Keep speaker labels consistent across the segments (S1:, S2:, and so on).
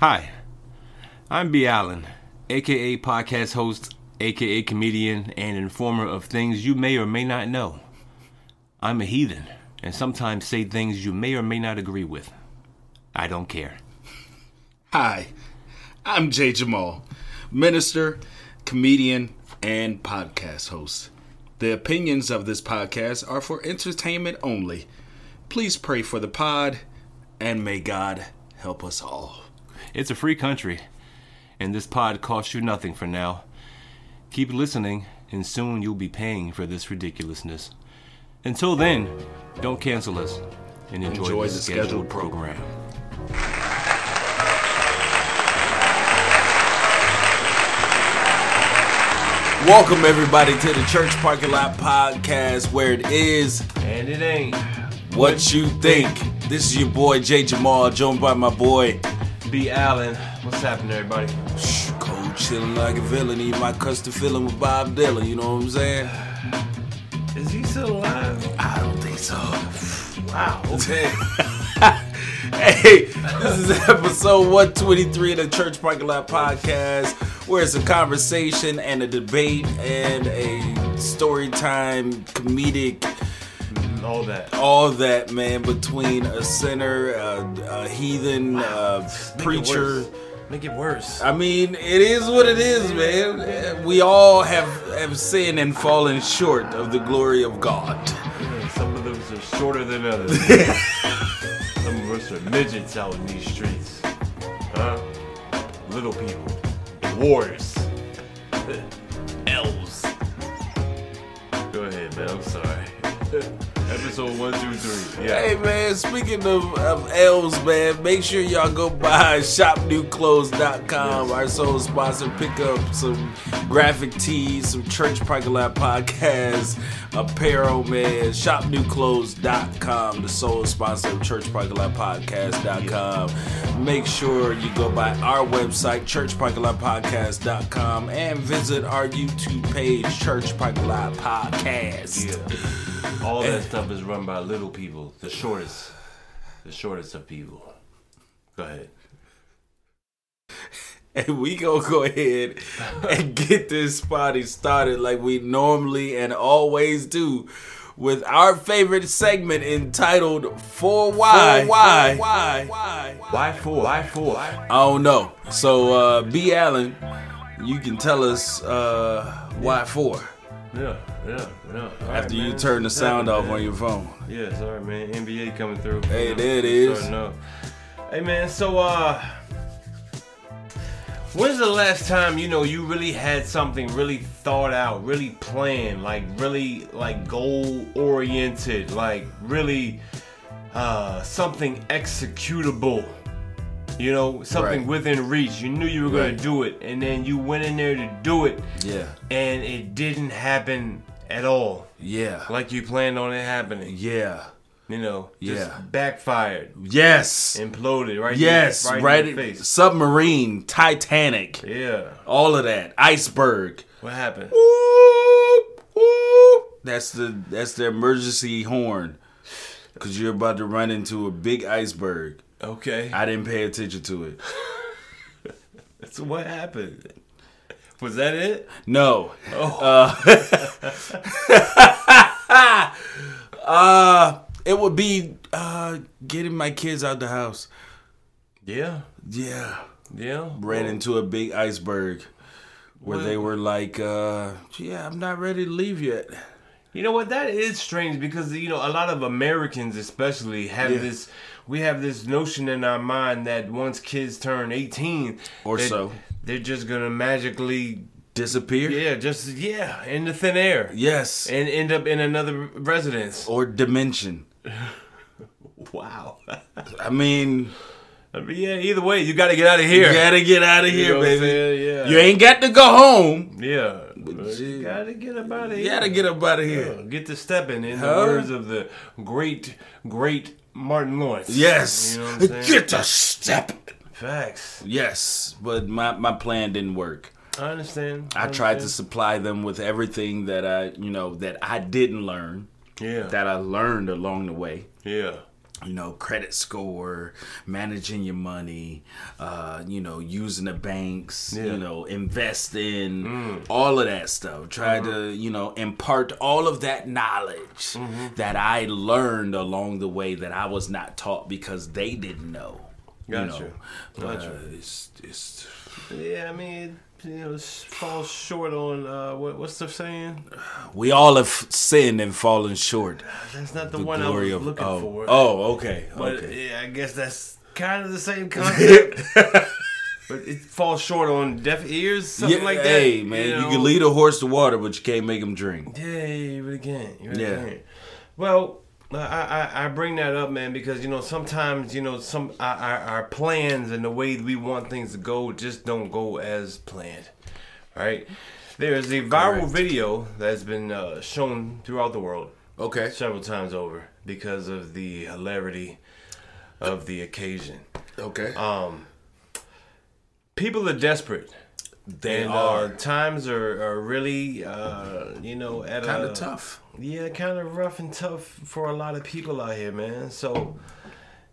S1: Hi, I'm B. Allen, aka podcast host, aka comedian, and informer of things you may or may not know. I'm a heathen, and sometimes say things you may or may not agree with. I don't care.
S2: Hi, I'm Jay Jamal, minister, comedian, and podcast host. The opinions of this podcast are for entertainment only. Please pray for the pod, and may God help us all.
S1: It's a free country, and this pod costs you nothing for now. Keep listening, and soon you'll be paying for this ridiculousness. Until then, don't cancel us and enjoy,
S2: Enjoy
S1: the,
S2: the
S1: scheduled,
S2: scheduled
S1: program.
S3: Welcome everybody to the Church Parking Lot Podcast, where it is
S1: And it ain't
S3: what you think. This is your boy Jay Jamal, joined by my boy
S1: B. Allen. What's happening, everybody?
S3: Shh, Cold Chilling Like a Villain. Eat my custard filling with Bob Dylan. You know what I'm saying?
S1: Is he still alive?
S3: I don't think so.
S1: Wow.
S3: hey, this is episode 123 of the Church Parking Lot Podcast, where it's a conversation and a debate and a story time comedic.
S1: All that.
S3: all that man between a sinner, a, a heathen, a preacher.
S1: Make it worse.
S3: I mean, it is what it is, man. We all have have sinned and fallen short of the glory of God.
S4: Some of those are shorter than others. Some of us are midgets out in these streets. Huh? Little people. Dwarves. Elves. Go ahead, man. I'm sorry. Episode 123. Yeah.
S3: Hey man, speaking of, of elves, man, make sure y'all go by shopnewclothes.com, our sole sponsor. Pick up some graphic tees, some church parking lot podcasts, apparel, man. Shopnewclothes.com, the sole sponsor of church parking lot podcast.com. Make sure you go by our website, churchparkinglotpodcast.com, and visit our YouTube page, Church Parking Lot Podcast.
S4: Yeah. All that stuff is run by little people. The shortest. The shortest of people. Go ahead.
S3: And we gonna go ahead and get this party started like we normally and always do with our favorite segment entitled For Why. Why? Why? Why?
S4: Why four? Why four?
S3: I don't know. So uh B Allen, you can tell us uh why for
S4: Yeah, yeah, yeah.
S3: after you turn the sound off on your phone.
S4: Yeah, sorry, man. NBA coming through.
S3: Hey,
S4: You know,
S3: there it is.
S4: starting up. Hey, man. So, uh, when's the last time you know you really had something really thought out, really planned, like really like goal oriented, like really uh, something executable? You know, something
S3: Right.
S4: within reach. You knew you were gonna
S3: Right.
S4: do it, and then you went in there to do it,
S3: Yeah.
S4: and it didn't happen at all,
S3: Yeah.
S4: like you planned on it happening
S3: Yeah.
S4: you know, just
S3: Yeah.
S4: backfired,
S3: Yes.
S4: imploded, right? in-
S3: Yes.
S4: right,
S3: Right.
S4: in the face.
S3: Submarine, Titanic,
S4: Yeah,
S3: all of that. Iceberg.
S4: what happened?
S3: Whoop, whoop. That's the that's the emergency horn. Cause you're about to run into a big iceberg.
S4: Okay,
S3: I didn't pay attention to it.
S4: so what happened? Was that it?
S3: No.
S4: Oh.
S3: Uh, uh, it would be uh, getting my kids out the house.
S4: Yeah,
S3: Yeah.
S4: yeah.
S3: Ran into a big iceberg where they
S4: Well-
S3: were like, uh, yeah, I'm not ready to leave yet.
S4: You know what? That is strange because you know a lot of Americans, especially, have
S3: Yeah.
S4: this. We have this notion in our mind that once kids turn eighteen
S3: Or
S4: that
S3: so.
S4: they're just gonna magically,
S3: Disappear?
S4: yeah, just yeah, into thin air,
S3: Yes.
S4: and end up in another residence.
S3: or dimension.
S4: Wow.
S3: I mean,
S4: I mean, yeah. Either way, you got to get out of here.
S3: you gotta get out of
S4: You
S3: here,
S4: know what I'm
S3: baby.
S4: saying? Yeah.
S3: You ain't got to go home.
S4: Yeah. But
S3: you-
S4: you gotta get up out of here.
S3: You gotta get up out of here.
S4: Get to stepping in
S3: Huh?
S4: the words of the great, great Martin Lawrence.
S3: Yes.
S4: You know what I'm saying?
S3: get to step.
S4: Facts.
S3: Yes, but my, my plan didn't work.
S4: I understand.
S3: I tried to supply them with everything that I, you know, that I didn't learn,
S4: Yeah.
S3: that I learned along the way.
S4: yeah.
S3: you know, credit score, managing your money, uh, you know, using the banks,
S4: Yeah.
S3: you know, investing, Mm. all of that stuff. Try
S4: Uh-huh.
S3: to, you know, impart all of that knowledge
S4: Mm-hmm.
S3: that I learned along the way that I was not taught because they didn't know.
S4: Gotcha.
S3: You know,
S4: Gotcha.
S3: Uh, it's, it's
S4: Yeah, I mean, it, you know, it falls short on uh, what, what's the saying?
S3: we all have sinned and fallen short.
S4: That's not the,
S3: The
S4: one I was
S3: glory of
S4: looking
S3: oh,
S4: for.
S3: oh, okay,
S4: but
S3: okay.
S4: yeah, I guess that's kind of the same concept. but it falls short on deaf ears, something
S3: Yeah,
S4: like that.
S3: Hey, man, you,
S4: know?
S3: can lead a horse to water, but you can't make him drink.
S4: Yeah, you really can't. You really
S3: Yeah.
S4: can't. Well, I, I I bring that up, man, because you know sometimes you know some our, our, our plans and the way we want things to go just don't go as planned, right? There is a viral
S3: Correct.
S4: video that's been uh, shown throughout the world
S3: Okay.
S4: several times over because of the hilarity of the occasion.
S3: Okay.
S4: People are desperate.
S3: they
S4: and,
S3: are
S4: Uh, times are, are really, uh, you know, at
S3: kind
S4: a
S3: of tough.
S4: Yeah, kind of rough and tough for a lot of people out here, man. So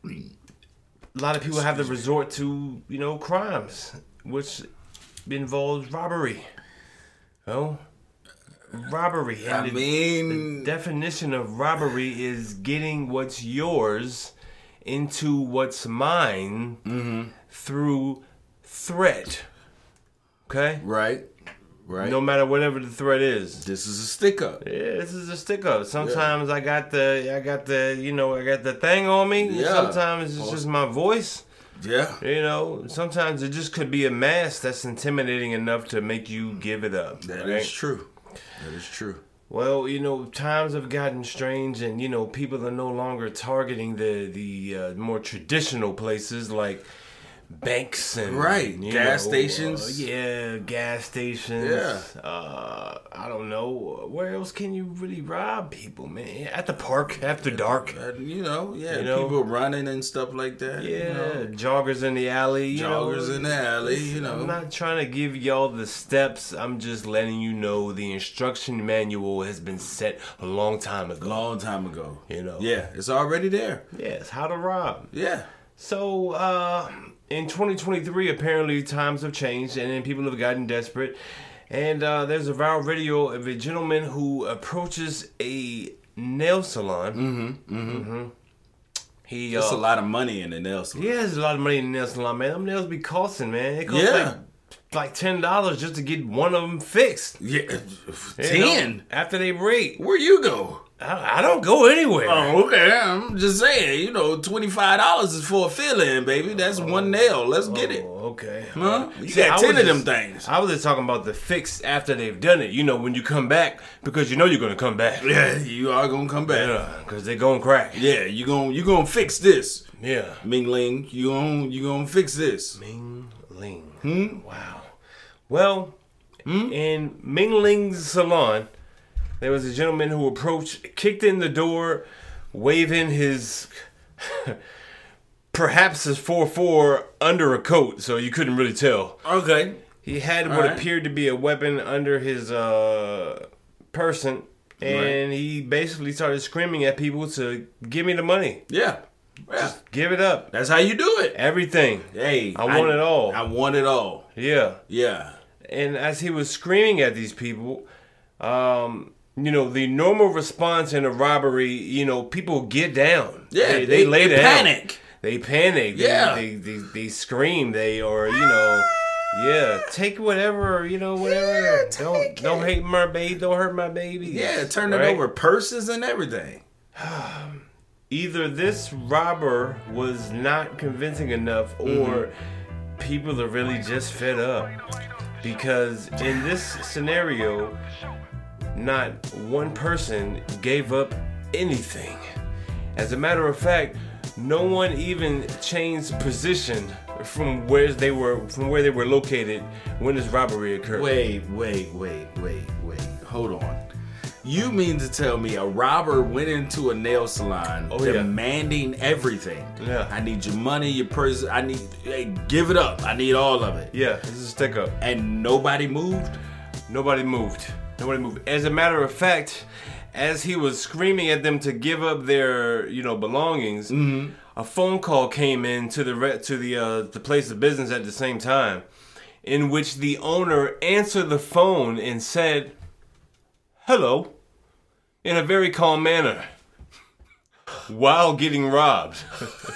S4: a lot of people have to resort to, you know, crimes, which involves robbery. Oh, robbery.
S3: I
S4: And the-
S3: mean,
S4: definition of robbery is getting what's yours into what's mine
S3: Mm-hmm.
S4: through threat. Okay?
S3: right, right.
S4: No matter whatever the threat is.
S3: This is a stick up.
S4: Yeah, this is a stick up. Sometimes I got the I got the you know I got the thing on me.
S3: Yeah.
S4: Sometimes it's just my voice.
S3: Yeah,
S4: You know, sometimes it just could be a mask that's intimidating enough to make you give it up.
S3: that is
S4: right?
S3: true. That is true.
S4: Well, you know, times have gotten strange, and you know, people are no longer targeting the the uh, more traditional places like banks and
S3: Right,
S4: you
S3: gas
S4: know,
S3: stations.
S4: uh, yeah, gas stations.
S3: Yeah.
S4: Uh, I don't know where else can you really rob people, man? At the park after dark.
S3: Uh, you know, yeah,
S4: You know?
S3: people running and stuff like that.
S4: Yeah,
S3: you know.
S4: joggers in the alley. You
S3: joggers
S4: know.
S3: in the alley. You know,
S4: I'm not trying to give y'all the steps. I'm just letting you know the instruction manual has been set a long time ago.
S3: long time ago.
S4: You know.
S3: Yeah, it's already there.
S4: Yes, how to rob.
S3: Yeah,
S4: So, uh, in 2023, apparently times have changed and then people have gotten desperate. And uh, there's a viral video of a gentleman who approaches a nail salon. Mm-hmm. Mm-hmm. He, uh,
S3: it's a lot of money in the nail salon.
S4: he has a lot of money in the nail salon, man. Them nails be costing, man. It costs
S3: Yeah.
S4: like, like ten dollars just to get one of them fixed.
S3: Yeah,
S4: you
S3: ten.
S4: know, after they rate.
S3: Where you go?
S4: I, I don't go anywhere.
S3: Oh, okay. I'm just saying, you know, twenty five dollars is for a fill in, baby. That's one nail. Let's get it.
S4: Oh, okay.
S3: Huh? You
S4: See,
S3: got
S4: I
S3: ten
S4: was
S3: of them
S4: just-
S3: things.
S4: I was just talking about the fix after they've done it. You know, when you come back, because you know you're gonna come back.
S3: Yeah, you are gonna come back. Yeah,
S4: Yeah, because they're gonna crack.
S3: you gonna you gonna fix this,
S4: Yeah.
S3: Ming Ling. You gonna you gonna fix this.
S4: Ming Ling. Wow. Well, in Ming Ling's salon, there was a gentleman who approached, kicked in the door, waving his. Perhaps his 4 4 under a coat, so you couldn't really tell.
S3: Okay.
S4: He had what
S3: right.
S4: appeared to be a weapon under his uh, person, and he basically started screaming at people to give me the money,
S3: Yeah. Yeah.
S4: give it up,
S3: That's how you do it.
S4: everything.
S3: Hey,
S4: I want it all.
S3: I want it all.
S4: Yeah.
S3: Yeah.
S4: And as he was screaming at these people, um, you know, the normal response in a robbery, you know, people get down.
S3: Yeah.
S4: They, they, lay down.
S3: panic.
S4: They panic. They,
S3: Yeah.
S4: They, they, they scream. They or you know, yeah. Take whatever you know. Whatever.
S3: Yeah,
S4: don't
S3: take
S4: don't hate my baby. Don't hurt my baby.
S3: Yeah, turn it
S4: Right?
S3: over. Purses and everything.
S4: Either this robber was not convincing enough, or people are really just fed up. Because in this scenario, not one person gave up anything. As a matter of fact, no one even changed position from where they were from where they were located when this robbery occurred.
S3: Wait, wait, wait, wait, wait. Hold on. You mean to tell me a robber went into a nail salon
S4: Oh, yeah.
S3: demanding everything?
S4: Yeah.
S3: I need your money, your purse. I need. Hey, give it up. I need all of it.
S4: Yeah, this is a stick up.
S3: And nobody moved.
S4: Nobody moved. Nobody moved. As a matter of fact, as he was screaming at them to give up their, you know, belongings, a phone call came in to the re- to the uh, the place of business at the same time, in which the owner answered the phone and said, "Hello," in a very calm manner, while getting robbed.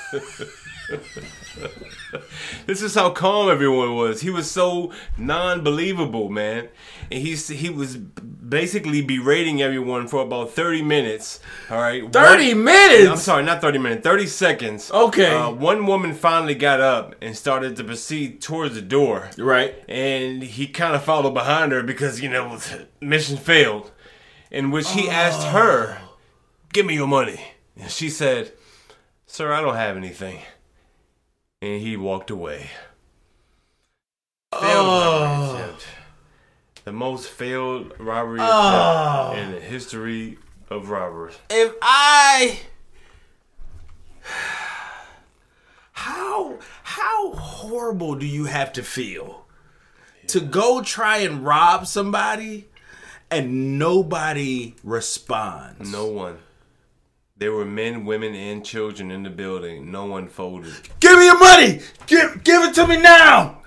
S4: This is how calm everyone was. He was so non-believable, man. And he's he was basically berating everyone for about thirty minutes. All right,
S3: 30
S4: One-
S3: minutes?
S4: I'm sorry, not thirty minutes, thirty seconds.
S3: Okay.
S4: Uh, one woman finally got up and started to proceed towards the door.
S3: Right.
S4: And he kind of followed behind her because you know mission failed. In which he asked her, "Give me your money," and she said, "Sir, I don't have anything." and he walked away. Failed robbery attempt. The most failed robbery attempt in the history of robbers.
S3: If I How how horrible do you have to feel to go try and rob somebody and nobody responds?
S4: No one. There were men, women, and children in the building. No one folded.
S3: Give me your money. Give give it to me now.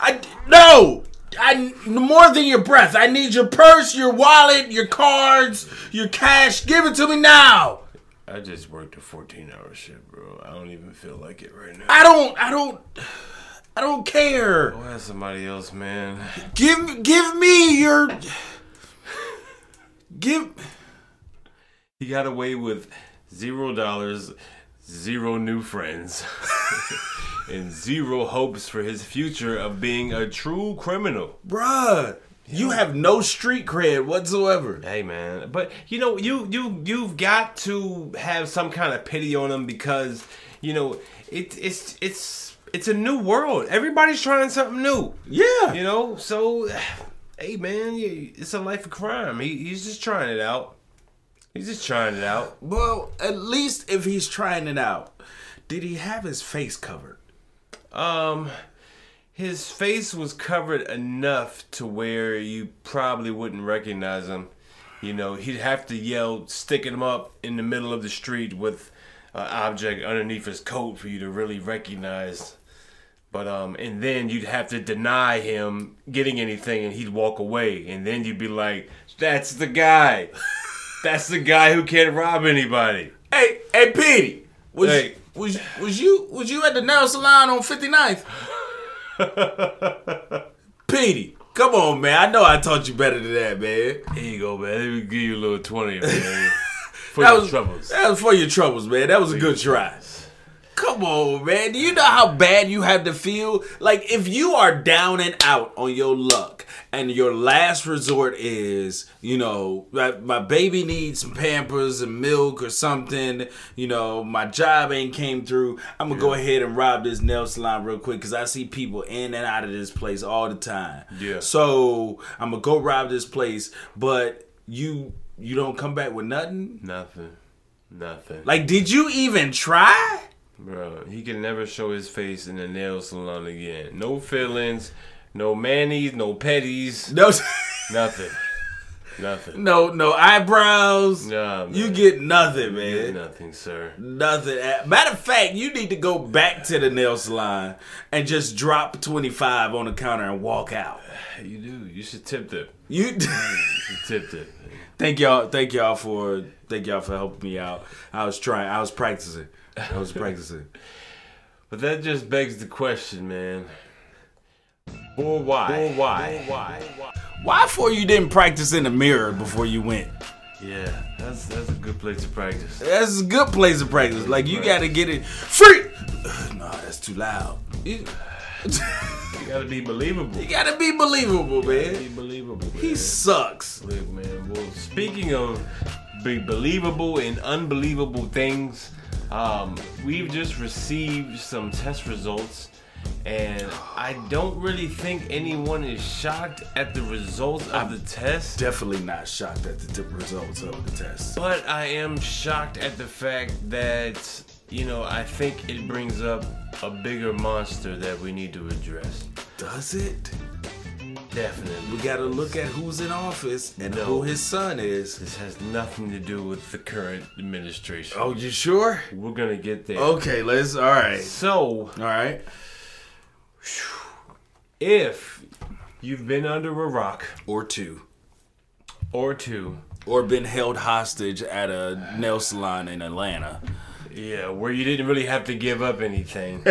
S3: I no. I more than your breath. I need your purse, your wallet, your cards, your cash. Give it to me now.
S4: I just worked a 14-hour shift, bro. I don't even feel like it right now.
S3: I don't. I don't. I don't care.
S4: Go ask somebody else, man.
S3: Give give me your. Give.
S4: He got away with zero dollars, zero new friends, and zero hopes for his future of being a true criminal.
S3: Bruh, you have no street cred whatsoever.
S4: Hey man, but you know you you you've got to have some kind of pity on him because you know it, it's it's it's a new world. Everybody's trying something new.
S3: Yeah.
S4: You know, so hey man, you- it's a life of crime. He, he's just trying it out. He's just trying it out.
S3: Well, at least if he's trying it out, did he have his face covered?
S4: Um, his face was covered enough to where you probably wouldn't recognize him. You know, he'd have to yell, sticking him up in the middle of the street with an object underneath his coat for you to really recognize. But um, and then you'd have to deny him getting anything, and he'd walk away, and then you'd be like, "That's the guy. That's the guy who can't rob anybody."
S3: Hey, hey, Petey, was
S4: Hey.
S3: was was you was you at the nail salon on 59th? Petey, come on, man. I know I taught you better than that, man.
S4: Here you go, man. Let me give you a little twenty man, for
S3: That
S4: your
S3: was
S4: troubles.
S3: That was for your troubles, man. That was a good try. Come on, man. Do you know how bad you have to feel? Like if you are down and out on your luck, and your last resort is, you know, my, my baby needs some Pampers and milk or something. You know, my job ain't came through. I'm gonna go ahead and rob this nail salon real quick because I see people in and out of this place all the time.
S4: Yeah.
S3: So I'm gonna go rob this place, but you you don't come back with nothing.
S4: Nothing. Nothing.
S3: Like, did you even try?
S4: Bro, he can never show his face in the nail salon again. No feelings, no mannies, no petties,
S3: No,
S4: nothing. Nothing.
S3: no, no eyebrows.
S4: Nah, man.
S3: you get nothing,
S4: You get
S3: man.
S4: nothing, sir.
S3: Nothing. At- Matter of fact, you need to go back to the nail salon and just drop twenty five on the counter and walk out.
S4: You do. You should tip them.
S3: You.
S4: You should tip them.
S3: thank y'all. Thank y'all for. Thank y'all for helping me out. I was trying. I was practicing. I was practicing.
S4: But that just begs the question, man. Or why? Or why? why?
S3: Why for you didn't practice in the mirror before you went?
S4: Yeah, that's that's a good place to practice.
S3: That's a good place to practice. Like you gotta get it free. no, that's too loud. You-
S4: You gotta be believable.
S3: You gotta be believable, man.
S4: Be believable.
S3: He
S4: man.
S3: sucks.
S4: Look, man. Well, speaking of be believable and unbelievable things, um, we've just received some test results, and I don't really think anyone is shocked at the results of the test.
S3: Definitely not shocked at the tip results of the test.
S4: But I am shocked at the fact that, you know, I think it brings up a bigger monster that we need to address.
S3: Does it?
S4: Definitely.
S3: We gotta look at who's in office and
S4: No.
S3: who his son is.
S4: This has nothing to do with the current administration.
S3: Oh, you sure?
S4: We're gonna get there.
S3: Okay, let's. All right,
S4: So,
S3: all right.
S4: if you've been under a rock
S3: Or two,
S4: or two,
S3: or been held hostage at a nail salon in Atlanta.
S4: yeah, where you didn't really have to give up anything,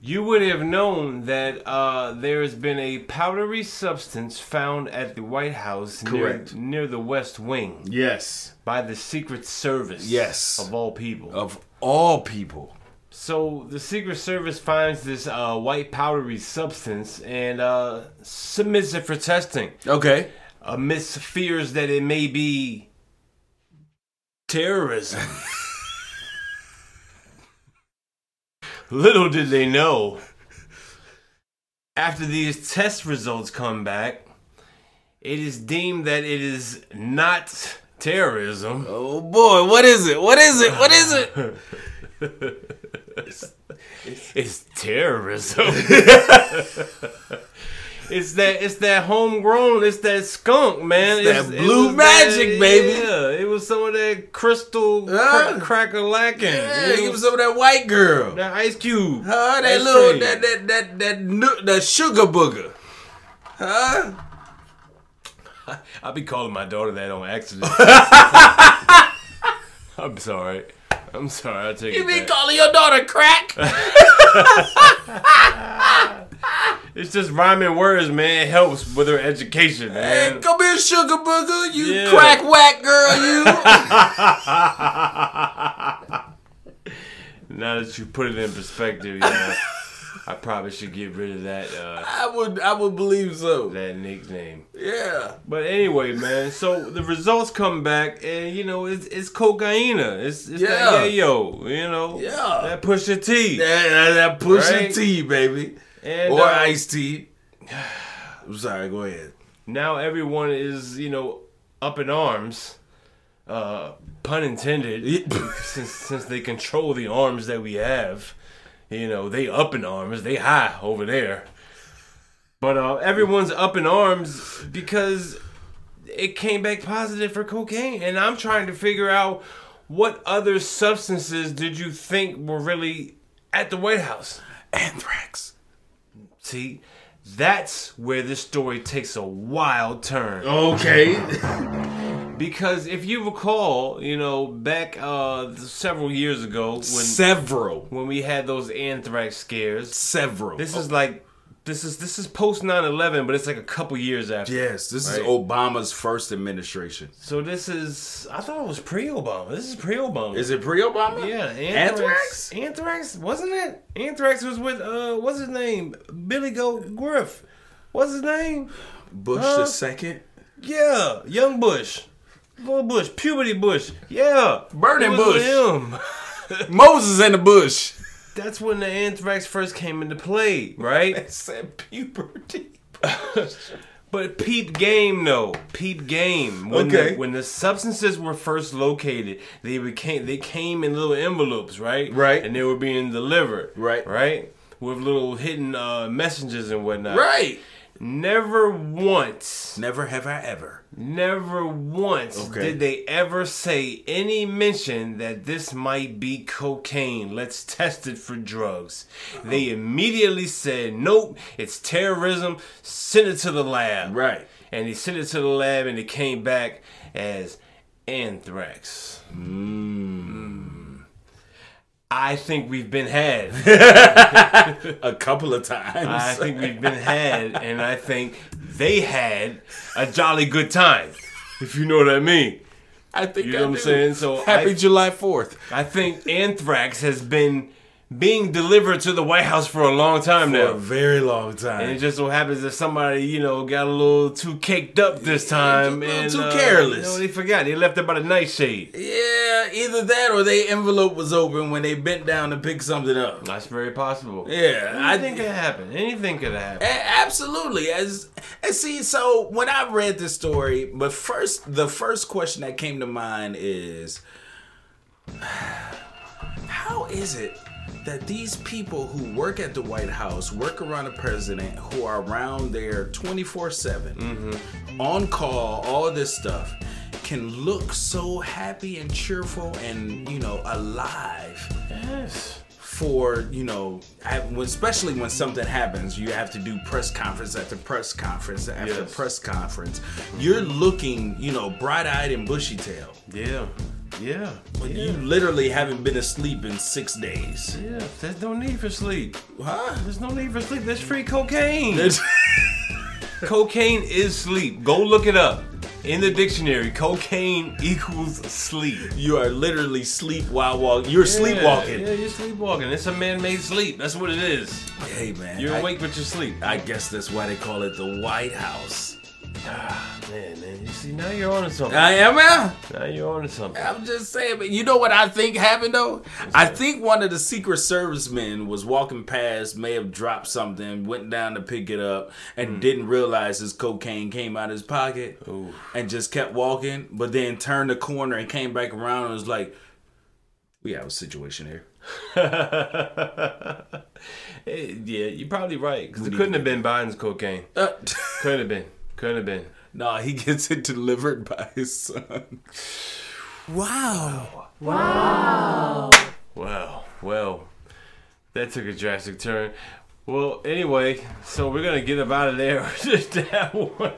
S4: you would have known that uh, there has been a powdery substance found at the White House near,
S3: Correct.
S4: near the West Wing
S2: Yes.
S4: by the Secret Service.
S3: Yes.
S4: Of all people.
S3: Of all people,
S4: So the Secret Service finds this uh, white powdery substance and uh, submits it for testing.
S3: okay.
S4: Amidst fears that it may be terrorism. Little did they know. After these test results come back, it is deemed that it is not terrorism.
S3: Oh boy, what is it? What is it? What is it?
S4: It's terrorism. it's that it's that homegrown, it's that skunk, man.
S3: It's that blue
S4: was
S3: magic, baby.
S4: Yeah, it was some of that crystal
S3: Huh?
S4: cra- cracker lacking.
S3: Yeah,
S4: it
S3: give
S4: was
S3: some of that white girl.
S4: that ice cube.
S3: Huh? That
S4: Ice
S3: little
S4: cream.
S3: that that that that nu- that sugar booger. Huh?
S4: I be calling my daughter that on accident. I'm sorry. I'm sorry, I take
S3: You
S4: it
S3: be
S4: back.
S3: calling your daughter crack?
S4: It's just rhyming words, man. It helps with her education,
S3: Hey,
S4: man.
S3: come here, sugar booger. You
S4: Yeah.
S3: crack whack girl. You.
S4: Now that you put it in perspective, yeah, I probably should get rid of that uh,
S3: I would. I would believe so.
S4: that nickname.
S3: Yeah.
S4: But anyway, man, so the results come back, and you know it's it's cocaine. It's, it's
S3: Yeah.
S4: that yayo, you know,
S3: Yeah.
S4: that push your teeth.
S3: That, that, that push
S4: Right?
S3: tea, baby,
S4: And,
S3: or
S4: uh,
S3: iced tea. I'm sorry. Go ahead.
S4: now everyone is you know up in arms, uh, pun intended, since since they control the arms that we have. You know they up in arms, they high over there. But uh, everyone's up in arms because it came back positive for cocaine, and I'm trying to figure out what other substances did you think were really at the White House.
S3: Anthrax.
S4: See, that's where this story takes a wild turn.
S2: Okay.
S4: Because if you recall, you know, back uh, several years ago when
S3: several.
S4: when we had those anthrax scares,
S3: Several.
S4: this is like this is this is post 9/11, but it's like a couple years after.
S3: yes. This is
S4: Right.
S3: Obama's first administration.
S4: So this is I thought it was pre-Obama. This is pre-Obama.
S3: Is it pre-Obama?
S4: yeah,
S3: Anthrax?
S4: anthrax. Anthrax wasn't it? Anthrax was with uh, what's his name? Billy Go Griff. What's his name?
S3: Bush
S4: Huh?
S3: the second.
S4: Yeah, young Bush, little Bush, puberty Bush. Yeah,
S3: Burning
S4: It was
S3: Bush.
S4: Him.
S3: Moses in the bush.
S4: That's when the anthrax first came into play, right?
S3: said puberty.
S4: but peep game though, peep game. When
S3: Okay.
S4: The, when the substances were first located, they became they came in little envelopes, right?
S3: Right.
S4: And they were being delivered,
S3: Right.
S4: Right. With little hidden uh, messengers and whatnot.
S3: Right.
S4: Never once,
S3: Never have I ever.
S4: never once
S3: Okay.
S4: did they ever say any mention that this might be cocaine. Let's test it for drugs.
S3: Oh.
S4: They immediately said, nope, it's terrorism. Send it to the lab.
S3: Right.
S4: And they sent it to the lab and it came back as anthrax. Mmm.
S3: Mm.
S4: I think we've been had.
S3: A couple of times.
S4: I think we've been had, and I think they had a jolly good time, if you know what I mean.
S3: I think
S4: You know what I'm
S3: do.
S4: saying? So
S3: Happy
S4: I,
S3: July 4th.
S4: I think anthrax has been being delivered to the White House for a long time
S3: For a
S4: now.
S3: very long
S4: And it
S3: time.
S4: just so happens that somebody, you know, got a little too caked up this time,
S3: a little
S4: and
S3: too
S4: uh,
S3: careless.
S4: You know, they forgot they left it by the nightshade.
S3: Yeah, either that or they envelope was open when they bent down to pick something up.
S4: That's very possible.
S3: Yeah, I
S4: Anything could happen. Anything could happen.
S3: A- absolutely. As and see, so when I read this story, but first, the first question that came to mind is, how is it that these people who work at the White House, work around the president, who are around there 24 7, on call, all this stuff, can look so happy and cheerful and, you know, alive
S4: Yes.
S3: for you know I- when- especially when something happens you have to do press conference after press conference after
S4: Yes.
S3: press conference you're looking you know bright-eyed and bushy-tailed
S4: Yeah. Yeah.
S3: but
S4: yeah.
S3: you literally haven't been asleep in six days
S4: Yeah, there's no need for sleep.
S3: huh
S4: There's no need for sleep. There's free cocaine.
S3: It's-
S4: cocaine is sleep. Go look it up in the dictionary. Cocaine equals sleep.
S3: you are literally sleep while walking you're sleepwalking
S4: Yeah, you're sleepwalking. It's a man-made sleep. That's what it is.
S3: hey man
S4: You're
S3: I,
S4: awake, but you're asleep.
S3: I guess that's why they call it the white house
S4: Man, man, you see now you're on to something.
S3: i am out
S4: Now you're on to something.
S3: I'm just saying, but you know what I think happened though? I think one of the Secret Service men was walking past, may have dropped something, went down to pick it up,
S4: Hmm.
S3: and didn't realize his cocaine came out of his pocket and just kept walking, but then turned the corner and came back around and was like, We have a situation here.
S4: Eh, yeah, you're probably right because it
S3: need
S4: couldn't have been Biden's cocaine.
S3: Uh,
S4: Couldn't have been. Couldn't have been.
S3: nah, he gets it delivered by his son. Wow.
S4: Wow. Well, that took a drastic turn. Well, anyway, so we're gonna get up out of there. Just that one.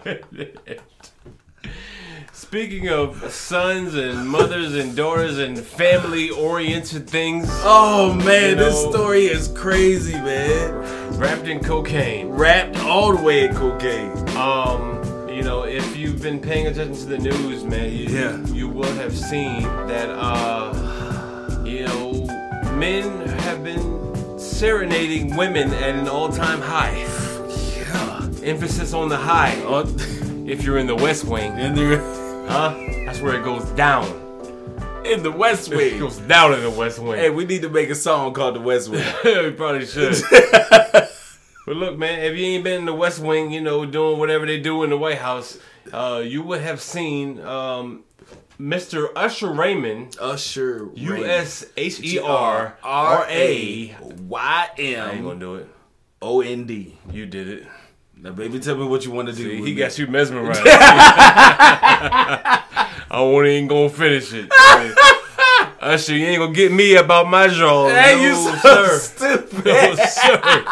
S4: Speaking of sons and mothers and daughters and family-oriented things
S3: Oh man,
S4: You
S3: this
S4: know-
S3: story is crazy, man.
S4: wrapped in cocaine.
S3: Wrapped all the way in cocaine.
S4: Um, you know, if you've been paying attention to the news, man, you,
S3: Yeah.
S4: you will have seen that, uh, you know, men have been serenading women at an all time high.
S3: Yeah.
S4: Emphasis on the high.
S3: Oh,
S4: If you're in the West Wing,
S3: and they're
S4: huh? That's where it goes down.
S3: in the West
S4: It
S3: Wing.
S4: goes down in the West
S3: Hey,
S4: Wing.
S3: we need to make a song called The West Wing.
S4: we probably should. But look, man, if you ain't been in the West Wing, you know, doing whatever they do in the White House, uh, you would have seen um, Mr. Usher Raymond
S3: Usher.
S4: U S H E R R A.
S3: Y
S4: I ain't
S3: M
S4: gonna do it.
S3: O N D.
S4: You did it.
S3: Now, baby, tell me what you want to do.
S4: He
S3: with
S4: got you mesmerized. I won't even gonna finish it. Usher, you ain't gonna get me about my jaw.
S3: me. Hey, you
S4: No,
S3: so stupid.
S4: No, sir.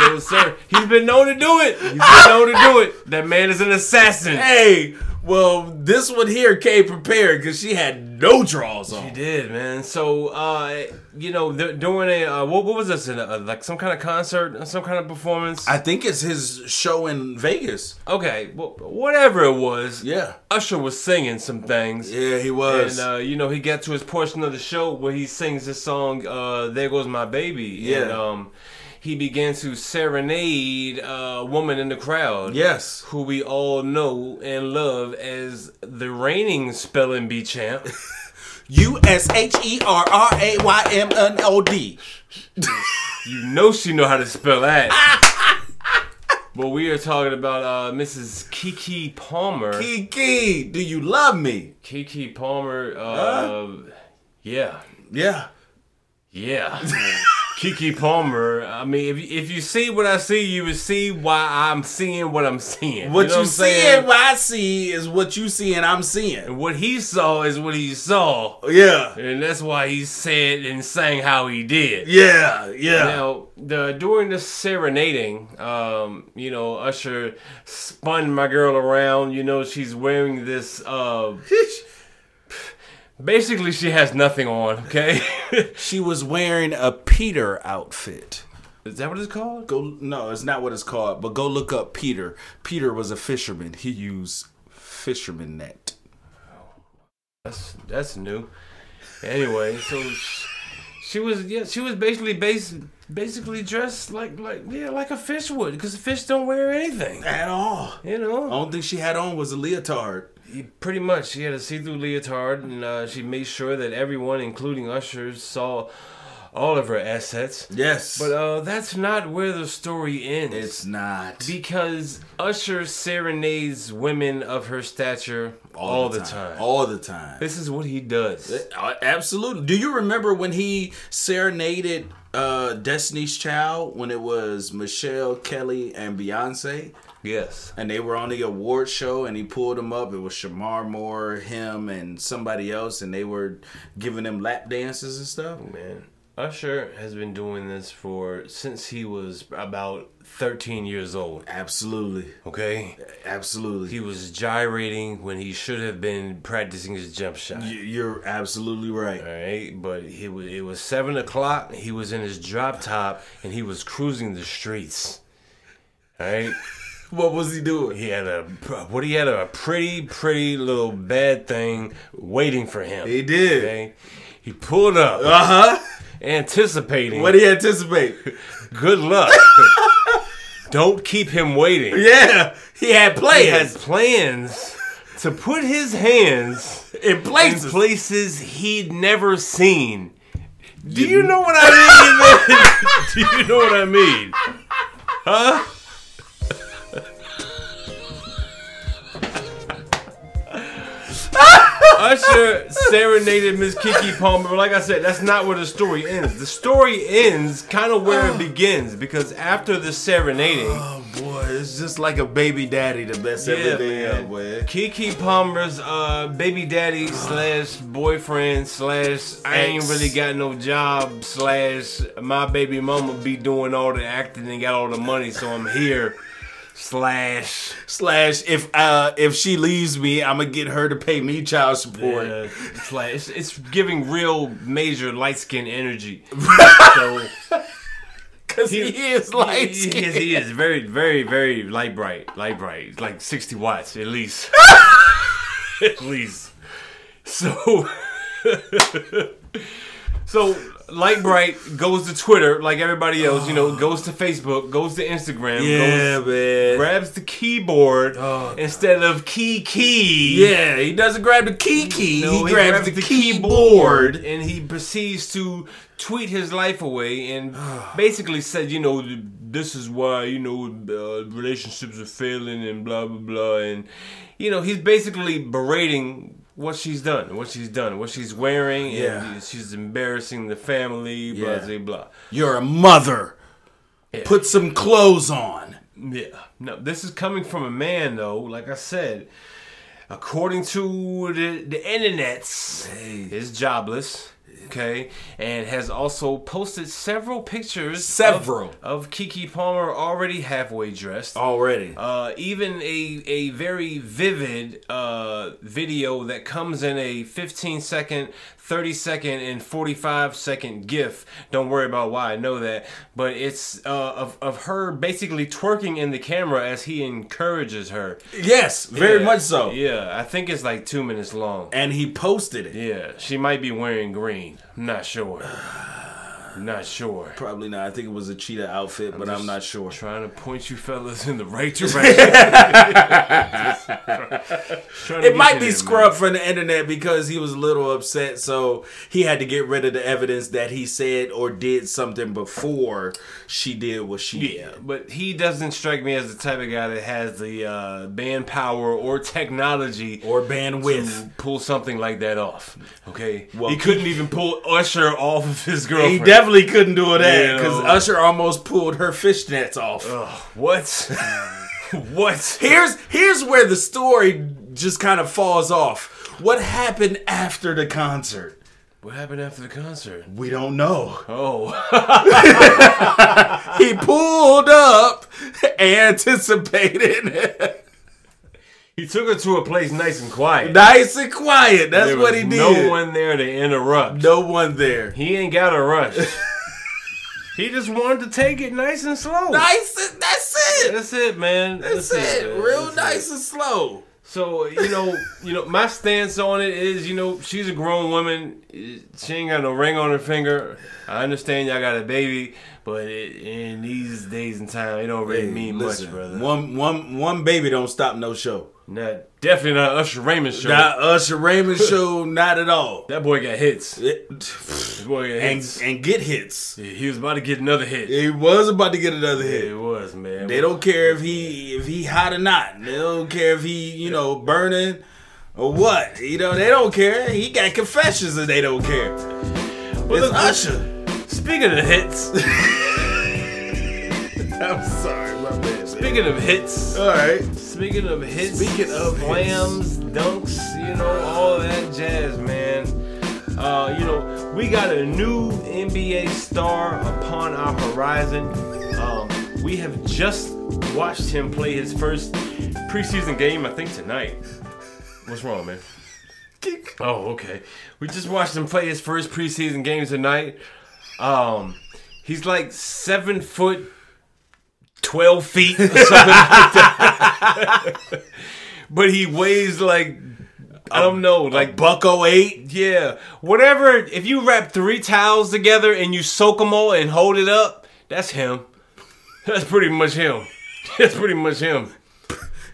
S4: No, sir. He's been known to do it. He's been known to do it. That man is an assassin.
S3: Hey, well, this one here came prepared because she had no draws
S4: He
S3: on.
S4: did, man. So, uh, you know, they're doing a uh, what, what was this? An, uh, like some kind of concert, some kind of performance.
S3: I think it's his show in Vegas.
S4: okay, well, whatever it was.
S3: Yeah.
S4: Usher was singing some things.
S3: Yeah, he was.
S4: And uh, you know he got to his portion of the show where he sings this song, uh, "There Goes My Baby."
S3: Yeah.
S4: And, um, he began to serenade a woman in the crowd.
S3: yes.
S4: Who we all know and love as the reigning spelling bee champ.
S3: U S H E R R A Y M N O D.
S4: You know she know how to spell that. but we are talking about uh, Mrs. Kiki Palmer.
S3: Kiki, do you love me?
S4: Kiki Palmer. Uh, Yeah.
S3: Yeah.
S4: Yeah. Kiki Palmer. I mean, if you, if you see what I see, you would see why I'm seeing what I'm seeing.
S3: What you,
S4: know I'm
S3: see
S4: saying?
S3: and what I see is what you see and I'm seeing.
S4: What he saw is what he saw.
S3: Yeah.
S4: And that's why he said and sang how he did.
S3: Yeah. Yeah.
S4: Now, the, during the serenading, um, you know, Usher spun my girl around. You know, she's wearing this. Uh, basically, she has nothing on. Okay,
S3: she was wearing a Peter outfit.
S4: is that what it's called?
S3: Go no, it's not what it's called, but go look up Peter. Peter was a fisherman. He used fisherman net.
S4: That's that's new. Anyway, so sh- she was yeah, she was basically bas- basically dressed like like yeah, like a fish would, because fish don't wear anything.
S3: At all.
S4: You know,
S3: The only thing she had on was a leotard.
S4: Pretty much, she had a see-through leotard, and uh, she made sure that everyone, including Usher, saw all of her assets.
S3: Yes.
S4: But uh, that's not where the story ends.
S2: It's not.
S4: because Usher serenades women of her stature all, the, time.
S3: All the time.
S4: This is what he does.
S3: Uh, Absolutely. Do you remember when he serenaded uh, Destiny's Child when it was Michelle Kelly and Beyonce,
S4: Yes.
S3: and they were on the award show, and he pulled them up. It was Shamar Moore, him, and somebody else, and they were giving them lap dances and stuff.
S4: Man, Usher has been doing this for since he was about 13 years old.
S3: Absolutely,
S4: Okay?
S3: absolutely.
S4: He was gyrating when he should have been practicing his jump shot.
S3: You- You're absolutely right.
S4: All right, but he was, it was seven o'clock. He was in his drop top and he was cruising the streets. All right,
S3: What was he doing?
S4: he had a what he had a pretty, pretty little bad thing waiting for him.
S3: He did.
S4: Okay, he pulled up,
S3: Uh huh.
S4: anticipating.
S3: What did he anticipate?
S4: Good luck. Don't keep him waiting.
S3: Yeah, he had
S4: He has
S3: plans
S4: plans to put his hands
S3: in
S4: in
S3: places.
S4: places he'd never seen. Do you know what I mean? Do you know what I mean? Huh? Usher serenaded Miss Kiki Palmer, but like I said, that's not where the story ends. The story ends kind of where it begins because after the serenading,
S3: Oh boy, it's just like a baby daddy that mess everything
S4: man.
S3: up, man.
S4: Kiki Palmer's uh, baby daddy slash boyfriend slash I ain't
S3: Ex.
S4: really got no job slash my baby mama be doing all the acting and got all the money, so I'm here slash
S3: Slash, if uh if she leaves me, I'm gonna get her to pay me child support.
S4: uh, slash. It's, it's giving real major light skin energy. so
S3: Cause he, is light
S4: he,
S3: skinned.
S4: is, he is very very very light bright light bright It's like 60 watts at least at least so so light bright goes to twitter like everybody else you know goes to facebook goes to instagram
S3: Yeah,
S4: goes,
S3: man.
S4: grabs the keyboard instead of key key
S3: Oh, yeah, he doesn't grab the key key.
S4: no,
S3: he, grabs the, keyboard.
S4: and he proceeds to tweet his life away and basically said, you know, this is why you know uh, relationships are failing and blah blah blah, and you know he's basically berating what she's done, what she's done, what she's wearing,
S3: Yeah.
S4: and she's embarrassing the family, blah blah
S3: Yeah.
S4: blah.
S3: You're a mother. Put some clothes on.
S4: Yeah. No, this is coming from a man though. Like I said, according to the, the internets, is jobless. Okay, and has also posted several pictures. of-
S3: Several.
S4: of, Kiki Palmer already halfway dressed.
S3: Oh. Already.
S4: Uh, even a a very vivid uh, video that comes in a 15 second, 30 second, and 45 second GIF. Don't worry about why I know that, but it's uh, of of her basically twerking in the camera as he encourages her.
S3: yes, very
S4: Yeah.
S3: much so.
S4: Yeah, I think it's like two minutes long.
S3: And he posted it.
S4: Yeah, she might be wearing green. I'm not sure. Not sure.
S3: Probably not. I think it was a cheetah outfit, but I'm not sure.
S4: Trying to point you fellas in the right direction. Just trying to
S3: It
S4: get
S3: might
S4: you
S3: be
S4: there,
S3: scrubbed from the internet because he was a little upset, so he had to get rid of the evidence that he said or did something before she did what she
S4: Yeah,
S3: did.
S4: but he doesn't strike me as the type of guy that has the uh, band power or technology
S3: Or bandwidth.
S4: to pull something like that off. Okay,
S3: Well,
S4: he couldn't even pull Usher off of his girlfriend.
S3: He definitely couldn't do that
S4: You
S3: because
S4: know.
S3: Usher almost pulled her fishnets off.
S4: Ugh, what? what?
S3: Here's here's where the story just kind of falls off. What happened after the concert?
S4: What happened after the concert?
S3: We don't know.
S4: Oh,
S3: He pulled up, anticipated,
S4: he took her to a place nice and quiet.
S3: nice and quiet. That's
S4: There
S3: what
S4: was
S3: he did.
S4: No one there to interrupt.
S3: no one there.
S4: He ain't got a rush. he just wanted to take it nice and slow.
S3: nice and that's it.
S4: That's it, man.
S3: That's, it.
S4: man.
S3: Real
S4: That's
S3: nice
S4: it.
S3: and slow.
S4: So you know, you know, my stance on it is, you know, she's a grown woman. She ain't got no ring on her finger. I understand y'all got a baby, but it, in these days and time, it don't really mean much, brother.
S3: One one one baby don't stop no show.
S4: Not, definitely not an Usher Raymond show.
S3: Not Usher Raymond show, not at all.
S4: That boy got hits.
S3: It-
S4: That boy got
S3: and
S4: hits.
S3: and get hits.
S4: Yeah, he was about to get another hit.
S3: He was about to get another
S4: It
S3: hit.
S4: was, man.
S3: They don't care if he if he hot or not. They don't care if he you know burning or what. You know they don't care. He got confessions and they don't care.
S4: Well,
S3: It's
S4: look,
S3: Usher.
S4: Speaking of hits,
S3: I'm sorry, my man.
S4: speaking of hits,
S3: All right.
S4: speaking of hits,
S3: Speaking of
S4: slams, dunks, you know, all that jazz, man. Uh, you know, we got a new NBA star upon our horizon. Um, we have just watched him play his first preseason game, I think tonight. What's wrong, man? Oh, okay. We just watched him play his first preseason games tonight. Um, he's like seven foot, twelve feet, or something like that. but he weighs like I don't know, like
S3: Bucko oh eight.
S4: yeah, whatever. If you wrap three towels together and you soak them all and hold it up, that's him. That's pretty much him. That's pretty much him.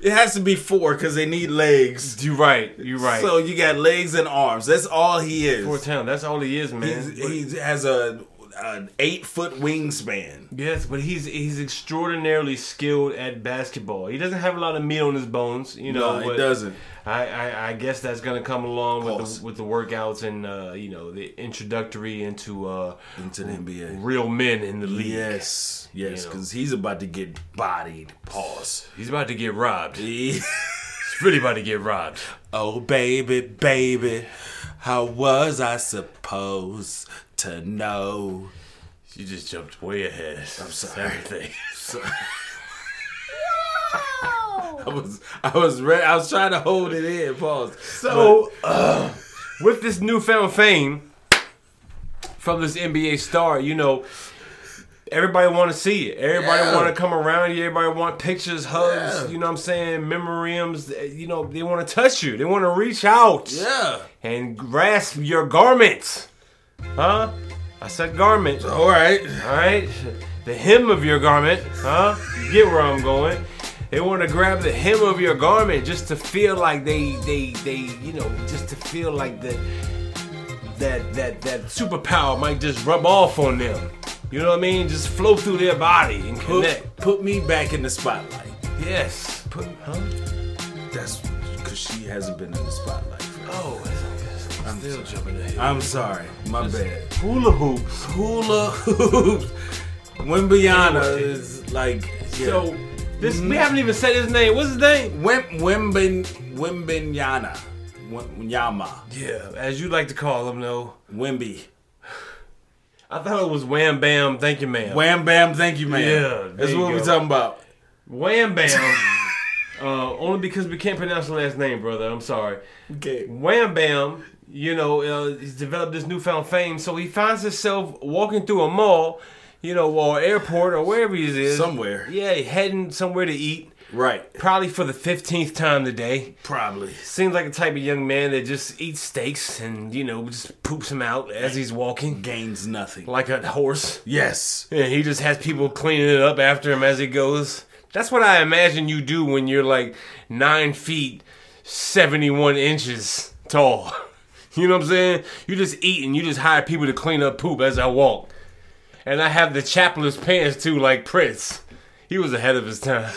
S3: It has to be four because they need legs.
S4: You right. You right.
S3: So
S4: So
S3: you got legs and arms. That's all he is.
S4: town. That's all he is, man.
S3: He's, he has a an eight foot wingspan.
S4: Yes, but he's he's extraordinarily skilled at basketball. He doesn't have a lot of meat on his bones, you know.
S3: No, he
S4: but
S3: doesn't.
S4: I, I, I guess that's gonna come along with
S3: Pause.
S4: the, with the workouts and uh, you know the introductory into uh,
S3: Into the NBA.
S4: real men in the league.
S3: Yes, yes,
S4: You know.
S3: because he's about to get bodied. Pause.
S4: He's about to get robbed. He's
S3: He-
S4: really about to get robbed.
S3: oh baby, baby, how was I supposed to know?
S4: You just jumped way ahead. I'm
S3: sorry.
S4: Everything.
S3: I was, I was ready. I was trying to hold it in. Pause.
S4: So, uh, with this newfound fame from this NBA star, you know, everybody want to see it. Everybody
S3: Yeah.
S4: want to come around you. Everybody want pictures, hugs.
S3: Yeah.
S4: You know what I'm saying? Memoriams. uh, You know, they want to touch you. They want to reach out
S3: yeah.
S4: and grasp your garments. Huh? I said garment.
S3: All right.
S4: All right, the hem of your garment, huh? You get where I'm going. They want to grab the hem of your garment just to feel like they, they, they, you know, just to feel like that, that, that, that superpower might just rub off on them. You know what I mean? Just flow through their body and connect.
S3: Put, put me back in the spotlight.
S4: Yes. Put, huh?
S3: That's because she hasn't been in the spotlight. For
S4: Oh, it's like I'm still jumping ahead.
S3: I'm sorry, my bad.
S4: Hula hoops.
S3: Hula hoops. Wimbiana is like yeah.
S4: So this we haven't even said his name. What's his name?
S3: Wim Wimbin Wimbinyana, Winyama,
S4: Yeah, as you like to call him, though.
S3: Wimby.
S4: I thought it was Wham Bam. Thank you, ma'am.
S3: Wham bam, thank you, man.
S4: Yeah, there
S3: that's
S4: you
S3: what
S4: go.
S3: we're talking about.
S4: Wham Bam. uh, only because we can't pronounce the last name, brother. I'm sorry.
S3: Okay.
S4: Wham Bam. You know, uh, he's developed this newfound fame, so he finds himself walking through a mall, you know, or airport or wherever he is.
S3: Somewhere.
S4: Yeah, heading somewhere to eat.
S3: Right.
S4: Probably for the fifteenth time today.
S3: Probably.
S4: Seems like a type of young man that just eats steaks and you know just poops them out as he's walking,
S3: Gains nothing.
S4: like a horse.
S3: Yes.
S4: And he just has people cleaning it up after him as he goes. That's what I imagine you do when you're like nine feet, 71 inches tall. You know what I'm saying? You just eat and you just hire people to clean up poop as I walk. And I have the chaplain's pants too, like Prince. He was ahead of his time.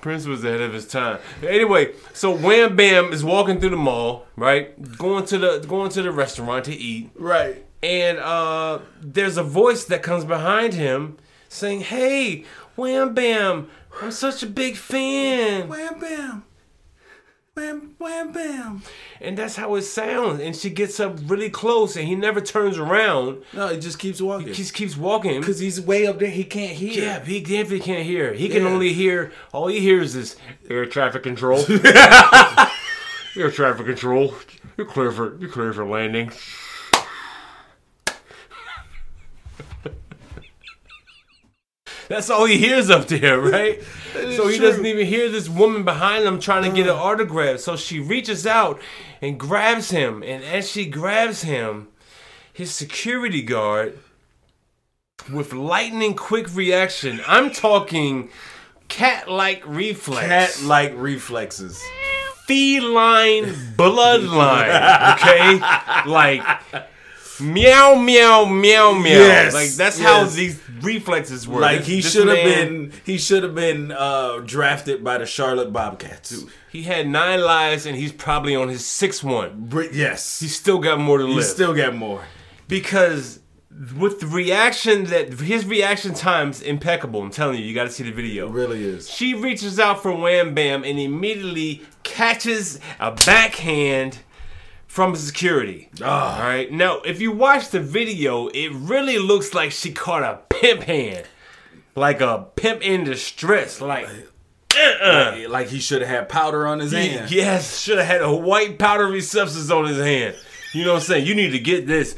S4: Prince was ahead of his time. Anyway, so Wham Bam is walking through the mall, right? Going to the going to the restaurant to eat
S3: Right.
S4: and uh, there's a voice that comes behind him saying, "Hey, Wham Bam, I'm such a big fan,"
S3: Wham bam. Wham wham bam.
S4: and that's how it sounds. And she gets up really close, and he never turns around.
S3: No, it just keeps walking.
S4: He just keeps walking.
S3: Cause he's way up there, he can't hear.
S4: Yeah, he definitely can't hear. He can
S3: Yeah.
S4: only hear. All he hears is air traffic control. air traffic control. You're clear for you're clear for landing. That's all he hears up there, right? so he
S3: true. Uh.
S4: doesn't even hear this woman behind him trying to get an autograph. So she reaches out and grabs him, and as she grabs him, his security guard with lightning quick reaction. I'm talking cat-like reflex,
S3: Cat like reflexes.
S4: feline bloodline. Okay, like meow, meow, mew, meow.
S3: Yes,
S4: like that's how
S3: yes.
S4: these reflexes work.
S3: Like
S4: This-
S3: he
S4: this
S3: should have
S4: man-
S3: been he should have been uh, drafted by the Charlotte Bobcats.
S4: He had nine lives, and he's probably on his sixth one.
S3: Br- yes.
S4: He still got more to
S3: You
S4: live.
S3: still got more.
S4: because with the reaction that his reaction time's impeccable. I'm telling you, you got to see the video.
S3: Really is.
S4: She reaches out for Wham Bam and immediately catches a backhand from security.
S3: Ah.
S4: All right. Now, if you watch the video, it really looks like she caught a pimp hand, like a pimp in distress. Like,
S3: Like he should have had powder on his hand.
S4: yes, should have had a white powdery substance on his hand. You know what I'm saying? You need to get this,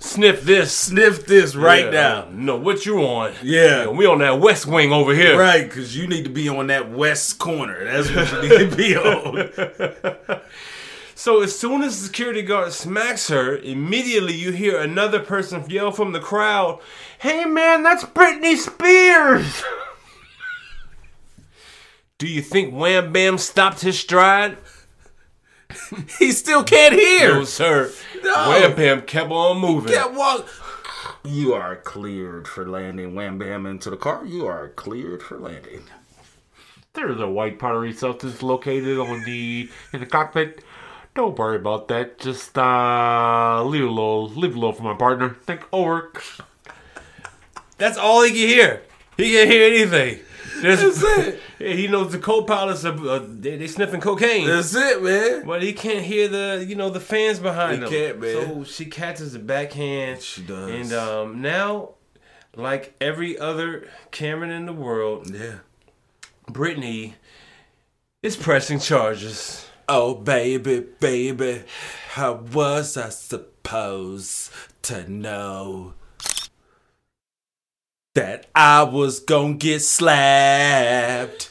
S4: sniff this.
S3: Sniff this right
S4: Yeah.
S3: now.
S4: No, what you on?
S3: Yeah.
S4: we on that West Wing over here.
S3: Right, because you need to be on that west corner. That's what you need to be on.
S4: So as soon as the security guard smacks her, immediately you hear another person yell from the crowd, "Hey man, that's Britney Spears!" Do you think Wham Bam stopped his stride?
S3: He still can't hear.
S4: No, sir.
S3: No.
S4: Wham Bam kept on moving.
S3: That walk.
S2: You are cleared for landing. Wham bam into the car. You are cleared for landing.
S4: There's a white powdery substance located on the in the cockpit. Don't worry about that. Just uh, leave it alone. Leave it alone for my partner. Think over. That's all he can hear. He can hear anything. That's
S3: it.
S4: He knows the co-pilots are uh, they, they sniffing cocaine,
S3: That's it, man.
S4: but he can't hear the you know the fans behind
S3: He
S4: him.
S3: can't, man.
S4: So she catches the backhand.
S3: She does.
S4: And um, now, like every other Cameron in the world,
S3: Yeah.
S4: Brittany is pressing charges.
S3: Oh, baby, baby, how was I supposed to know that I was gonna get slapped?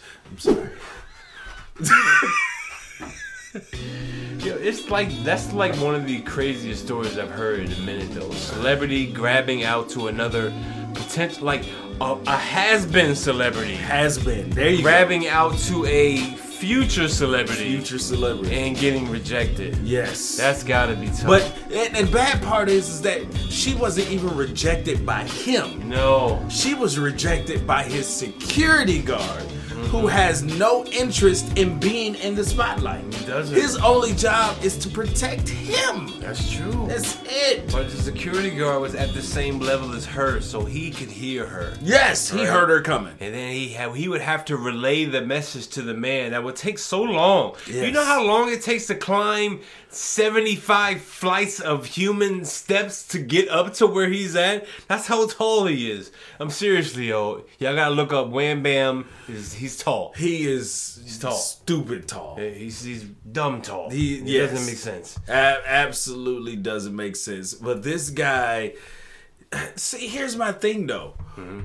S4: Yo, it's like that's like one of the craziest stories I've heard in a minute though. Celebrity grabbing out to another potential like a, a has-been celebrity
S3: Has been. There you
S4: grabbing out to a future celebrity
S3: Future celebrity.
S4: and getting rejected.
S3: Yes.
S4: That's gotta be tough.
S3: But and, and bad part is is that she wasn't even rejected by him.
S4: no.
S3: She was rejected by his security guard,
S4: Mm-hmm.
S3: who has no interest in being in the spotlight.
S4: He doesn't.
S3: His only job is to protect him.
S4: That's true.
S3: That's it.
S4: but the security guard was at the same level as her, so he could hear her.
S3: Yes, he
S4: Right.
S3: heard her coming.
S4: And then he ha- he would have to relay the message to the man. That would take so long. You know
S3: Yes.
S4: how long it takes to climb 75 flights of human steps to get up to where he's at? That's how tall he is. I'm seriously, yo. Y'all gotta look up Wham Bam. Is He's tall.
S3: He is
S4: tall.
S3: stupid tall.
S4: He's, he's dumb tall.
S3: He-
S4: it
S3: yes.
S4: doesn't make sense.
S3: A- absolutely doesn't make sense. But this guy, see, here's my thing though.
S4: Mm-hmm.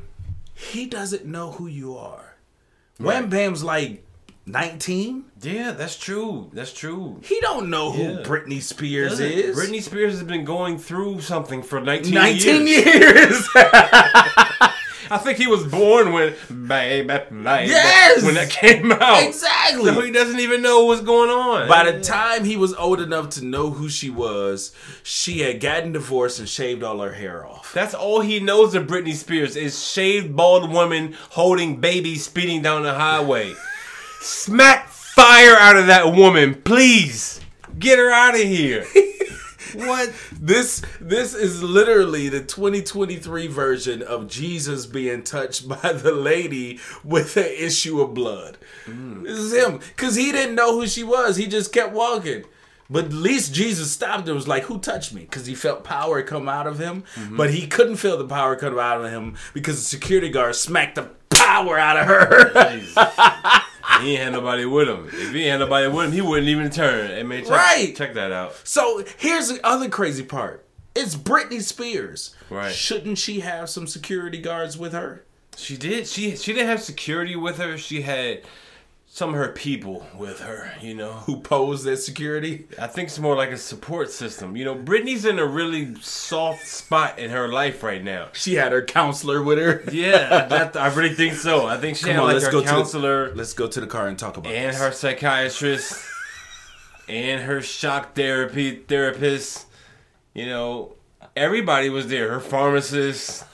S3: He doesn't know who you are. Wham Bam's like 19.
S4: Yeah, that's true. That's true.
S3: He don't know who
S4: Yeah.
S3: Britney Spears is.
S4: Britney Spears has been going through something for 19,
S3: 19
S4: years.
S3: years.
S4: I think he was born when Baby Baby
S3: Yes!
S4: when that came
S3: Oh.
S4: out.
S3: exactly.
S4: So he doesn't even know what's going on.
S3: By the time he was old enough to know who she was, she had gotten divorced and shaved all her hair off.
S4: That's all he knows of Britney Spears is shaved bald woman holding baby speeding down the highway. Smack fire out of that woman, please. Get her out of here.
S3: What? This this is literally the 2023 version of Jesus being touched by the lady with an issue of blood. This is him cuz he didn't know who she was. He just kept walking. But at least Jesus stopped and was like, "Who touched me?" Because he felt power come out of him, but he couldn't feel the power come out of him because the security guard smacked the power out of her.
S4: he ain't had nobody with him. If he ain't had nobody with him, he wouldn't even turn. Hey, man, check,
S3: Right.
S4: check that out.
S3: So here's the other crazy part. It's Britney Spears.
S4: Right.
S3: Shouldn't she have some security guards with her?
S4: She did. She she didn't have security with her. She had some of her people with her, you know.
S3: Who posed as security?
S4: I think it's more like a support system. You know, Brittany's in a really soft spot in her life right now.
S3: She had her counselor with her.
S4: Yeah, that, I really think so. I think she had like her counselor
S3: To the, let's go to the car and talk about
S4: and
S3: this.
S4: her psychiatrist and her shock therapy therapist. You know, everybody was there. Her pharmacist.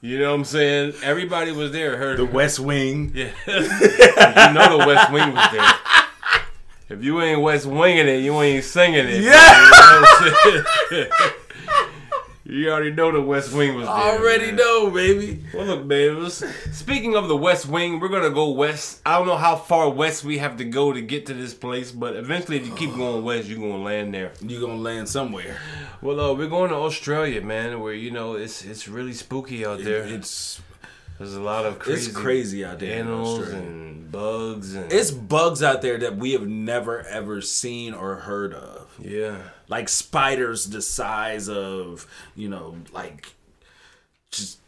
S4: You know what I'm saying? Everybody was there. Her
S2: The West Wing.
S4: yeah. you know the West Wing was there. If you ain't West Winging it, you ain't singing it.
S3: Yeah.
S4: You, know what I'm saying? You already know the West Wing was there.
S3: Already
S4: man.
S3: know, baby.
S4: Well, look, man. it was- Speaking of the West Wing, we're gonna go west. I don't know how far west we have to go to get to this place, but eventually, if you keep going west, you're gonna land there.
S3: You gonna land somewhere.
S4: Well, uh, we're going to Australia, man, where you know it's it's really spooky out there.
S3: It's
S4: There's a lot of crazy,
S3: crazy out there in
S4: animals
S3: Australia.
S4: and bugs and
S3: it's bugs out there that we have never ever seen or heard of.
S4: yeah,
S3: Like spiders the size of, you know, like just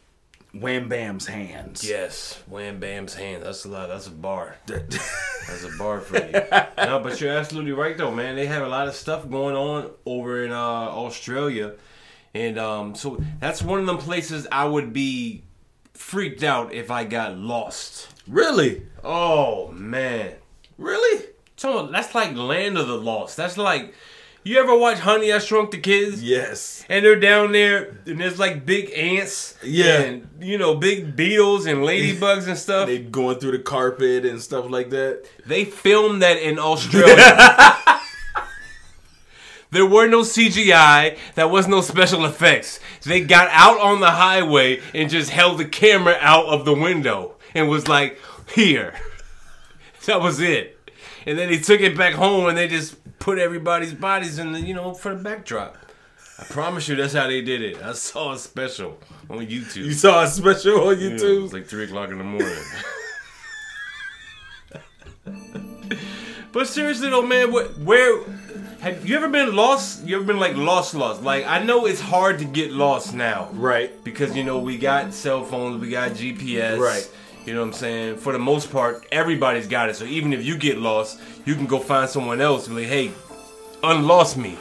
S3: Wham Bam's hands.
S4: yes, wham bam's hand. That's a lot. That's a bar. That's a bar for you. no, but you're absolutely right though, man. They have a lot of stuff going on over in uh, Australia, and um, so that's one of them places I would be freaked out if I got lost.
S3: Really?
S4: Oh man,
S3: Really?
S4: so that's like land of the lost. That's like you ever watch Honey I Shrunk the Kids?
S3: Yes.
S4: And they're down there, and there's like big ants,
S3: Yeah.
S4: and you know, big beetles and ladybugs and stuff.
S3: They going through the carpet and stuff like that.
S4: They filmed that in Australia. there were no CGI. That was no special effects. They got out on the highway and just held the camera out of the window and was like, "Here." That was it. And then they took it back home and they just put everybody's bodies in the, you know, for the backdrop. I promise you, that's how they did it. I saw a special on YouTube.
S3: You saw a special on
S4: Yeah,
S3: YouTube.
S4: It was like three o'clock in the morning. but seriously though, man, what, where have you ever been lost? You ever been like lost, lost? Like I know it's hard to get lost now,
S3: Right.
S4: Because you know we got cell phones, we got GPS,
S3: Right.
S4: You know what I'm saying? For the most part, everybody's got it. So even if you get lost, you can go find someone else and be like, hey, unlost me.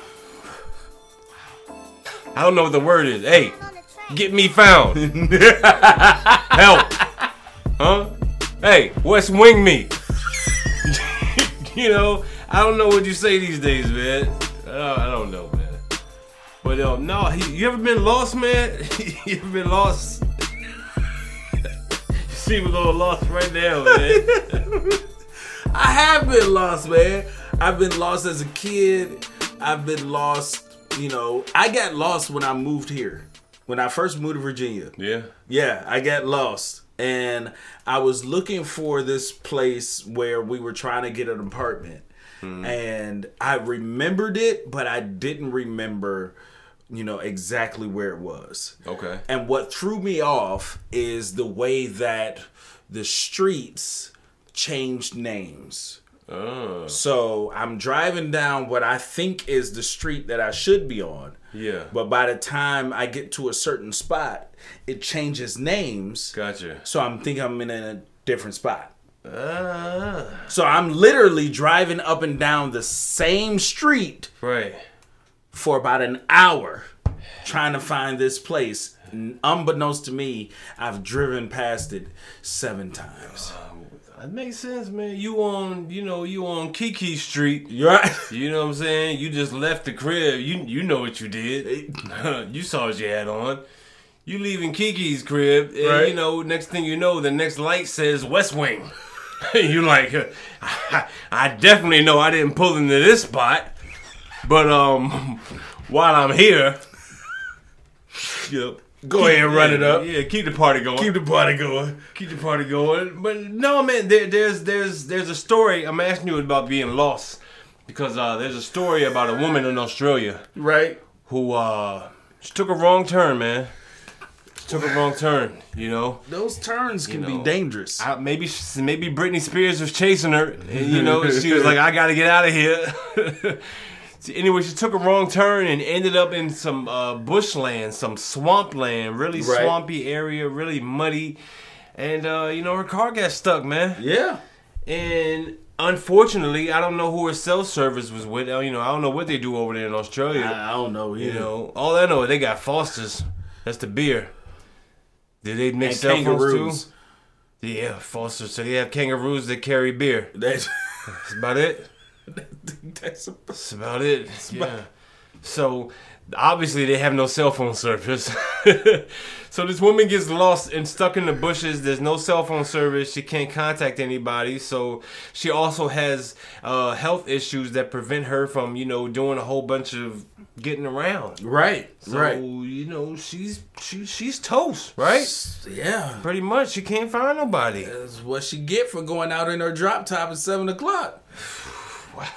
S4: I don't know what the word is. Hey, get me found. Help. Huh? Hey, West Wing me. you know, I don't know what you say these days, man. I don't, I don't know, man. But uh, no, he, you ever been lost, man? you ever been lost? you seem a little lost right now, man.
S3: I have been lost, man. I've been lost as a kid. I've been lost, you know. I got lost when I moved here. When I first moved to Virginia.
S4: yeah.
S3: Yeah, I got lost. And I was looking for this place where we were trying to get an apartment. And I remembered it, but I didn't remember, you know, exactly where it was.
S4: Okay.
S3: And what threw me off is the way that the streets changed names.
S4: Oh.
S3: So I'm driving down what I think is the street that I should be on.
S4: Yeah.
S3: But by the time I get to a certain spot, it changes names.
S4: Gotcha.
S3: So I'm thinking I'm in a different spot.
S4: Uh,
S3: So I'm literally driving up and down the same street
S4: right.
S3: for about an hour trying to find this place. N- Unbeknownst to me, I've driven past it seven times.
S4: That makes sense, man. You on, you know, you on Kiki Street.
S3: You're right.
S4: You know what I'm saying? You just left the crib. You you know what you did. you saw what you had on. You leaving Kiki's crib, and
S3: Right.
S4: you know next thing you know, the next light says West Wing. you like, I definitely know I didn't pull into this spot, but um, while I'm here, you know,
S3: Go ahead and run it up.
S4: Yeah, keep the party going
S3: Keep the party going.
S4: keep the party going. But no, man, there, there's there's there's a story. I'm asking you about being lost because uh, there's a story about a woman in Australia
S3: Right?
S4: who uh, she took a wrong turn, man. She took a wrong turn, you know.
S3: Those turns can
S4: know,
S3: be dangerous.
S4: I, maybe she- maybe Britney Spears was chasing her, and you know she was like, "I gotta get out of here." So anyway, she took a wrong turn and ended up in some uh, bushland, some swampland, really
S3: Right.
S4: swampy area, really muddy, and uh, you know her car got stuck, man.
S3: yeah.
S4: And unfortunately, I don't know who her cell service was with. You know, I don't know what they do over there in Australia.
S2: I, I don't know.
S4: You
S2: either.
S4: know, all I know is they got Fosters. That's the beer. Did they make
S2: and
S4: cell phones
S2: kangaroos.
S4: too? Yeah, Fosters. So they have kangaroos that carry beer.
S2: That's
S4: That's about it.
S2: that's a,
S4: That's about it. yeah. So obviously they have no cell phone service. so this woman gets lost and stuck in the bushes. There's no cell phone service. She can't contact anybody. So she also has uh, health issues that prevent her from, you know, doing a whole bunch of getting around.
S2: right,
S4: So,
S2: right.
S4: you know, she's she, she's toast, right?
S2: Yeah,
S4: Pretty much. She can't find nobody.
S3: That's what she get for going out in her drop top at seven o'clock,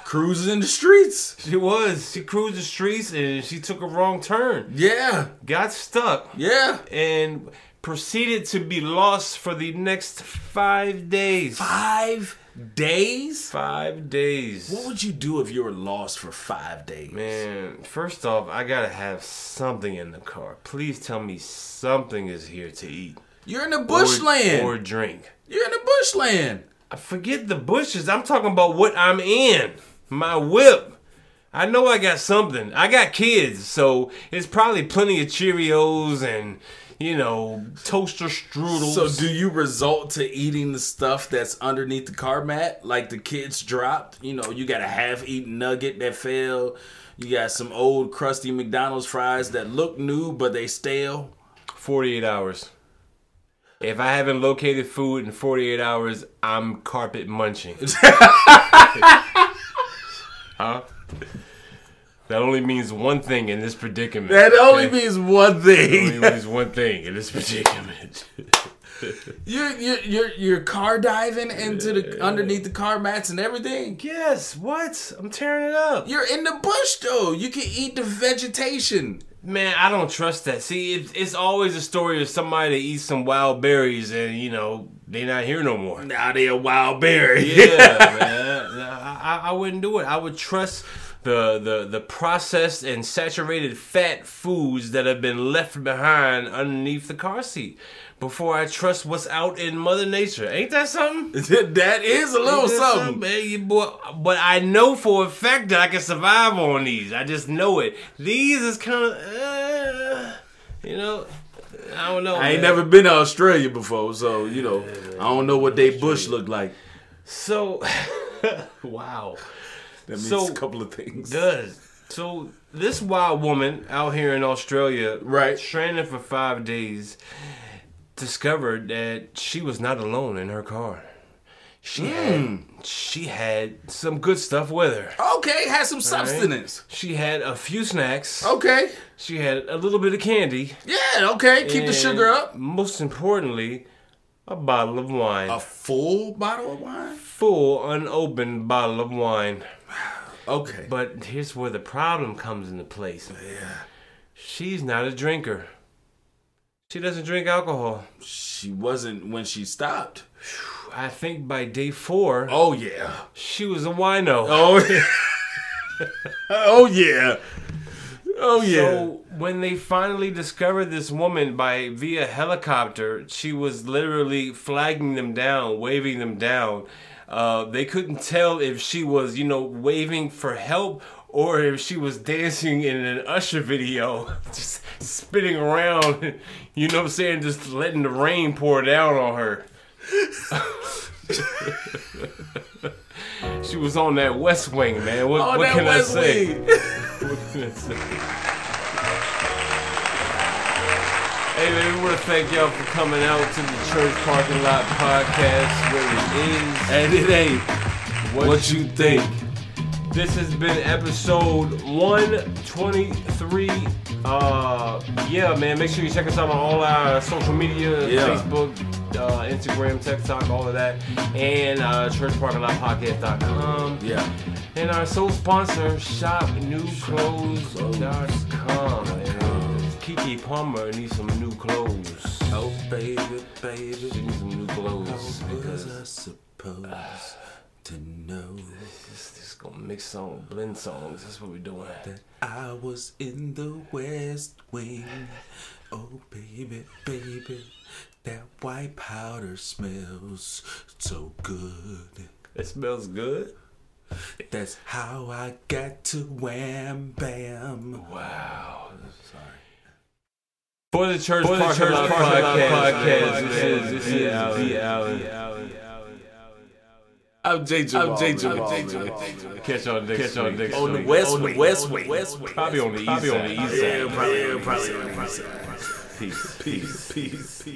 S3: cruising the streets.
S4: She was. She cruised the streets and she took a wrong turn.
S3: Yeah,
S4: Got stuck.
S3: yeah.
S4: and proceeded to be lost for the next five days.
S3: Five days.
S4: Five days.
S3: What would you do if you were lost for five days?
S4: Man, first off, I gotta have something in the car. Please tell me something is here to eat.
S3: You're in the
S4: or-
S3: bushland.
S4: Or, drink.
S3: You're in the bushland.
S4: I forget the bushes. I'm talking about what I'm in. My whip. I know I got something. I got kids, so it's probably plenty of Cheerios and, you know, toaster strudels.
S3: So do you result to eating the stuff that's underneath the car mat, like the kids dropped? You know, you got a half-eaten nugget that fell. You got some old crusty McDonald's fries that look new but they stale.
S4: 48 hours. If I haven't located food in 48 hours, I'm carpet munching. huh? That only means one thing in this predicament.
S3: That only
S4: okay?
S3: means one thing.
S4: Only means one thing in this predicament.
S3: You're you're you're, you're car diving into the underneath the car mats and everything.
S4: yes, what? I'm tearing it up.
S3: You're in the bush though. You can eat the vegetation.
S4: Man, I don't trust that. See, it, it's always a story of somebody that eats some wild berries and, you know, they not here no more.
S3: Now they a wild berry.
S4: yeah, man. I, I- I wouldn't do it. I would trust the, the the processed and saturated fat foods that have been left behind underneath the car seat before I trust what's out in Mother Nature. Ain't that something?
S3: that is a little
S4: Ain't that
S3: something.
S4: man, you boy. But I know for a fact that I can survive on these. I just know it. These is kind of, uh, you know, I don't know.
S3: I ain't
S4: man.
S3: never been to Australia before, so you know I don't know what they bush look like.
S4: So, wow.
S3: That means
S4: So-
S3: a couple of things.
S4: does. So this wild woman out here in Australia,
S3: Right.
S4: stranded for five days, discovered that she was not alone in her car. She
S3: Hmm.
S4: had she had some good stuff with her.
S3: Okay, has some substance.
S4: She had a few snacks.
S3: Okay,
S4: She had a little bit of candy.
S3: yeah, okay. Keep the
S4: and
S3: sugar up.
S4: Most importantly, a bottle of wine.
S3: A full bottle of wine.
S4: full unopened bottle of wine.
S3: Okay,
S4: But here's where the problem comes into place. Yeah. She's not a drinker. She doesn't drink alcohol.
S3: she wasn't when she stopped.
S4: I think by day four,
S3: Oh yeah.
S4: she was a wino.
S3: Oh yeah. oh yeah. Oh yeah.
S4: So when they finally discovered this woman by via helicopter, she was literally flagging them down, waving them down. Uh, they couldn't tell if she was, you know, waving for help or if she was dancing in an Usher video, just spinning around. You know what I'm saying? Just letting the rain pour down on her. she was on that West Wing, man. What,
S3: Oh,
S4: what
S3: that
S4: can
S3: West
S4: I say?
S3: Wing.
S4: hey man, we want to thank y'all for coming out to the Church Parking Lot Podcast where it is
S3: And it ain't
S4: what,
S3: what you think.
S4: This has been episode 123. Uh, yeah, man, make sure you check us out on all our social media
S3: Yeah.
S4: Facebook, uh, Instagram, TikTok, all of that, and uh, churchparkinglotpodcast.com.
S3: Yeah.
S4: And our sole sponsor, shopnewclothes.com. And Kiki Palmer needs some new clothes.
S3: Oh baby, baby.
S4: She needs some new clothes because
S3: Was I supposed to know
S4: this this is gonna mix song, blend songs. That's what we're doing.
S3: that I was in the West Wing? Oh, baby, baby, that white powder smells so good. It smells good. That's how I got to wham bam.
S4: Wow. For the church, For
S3: the Church Parking Lot Podcast,
S4: this is this
S3: V.
S4: is
S3: Allen.
S4: V Allen.
S2: I'm J. Jamal.
S3: I'm J.
S2: man.
S3: Jamal,
S2: J.
S3: man.
S2: Jamal.
S4: Catch y'all next
S1: Catch y'all
S4: week.
S1: next
S4: On the
S1: week.
S4: west-
S3: West Wing, West Wing, West Wing.
S4: Probably on the east
S3: Probably
S4: side.
S3: on the east side.
S2: Yeah, probably. Yeah, probably.
S4: Peace.
S2: Peace, peace, peace.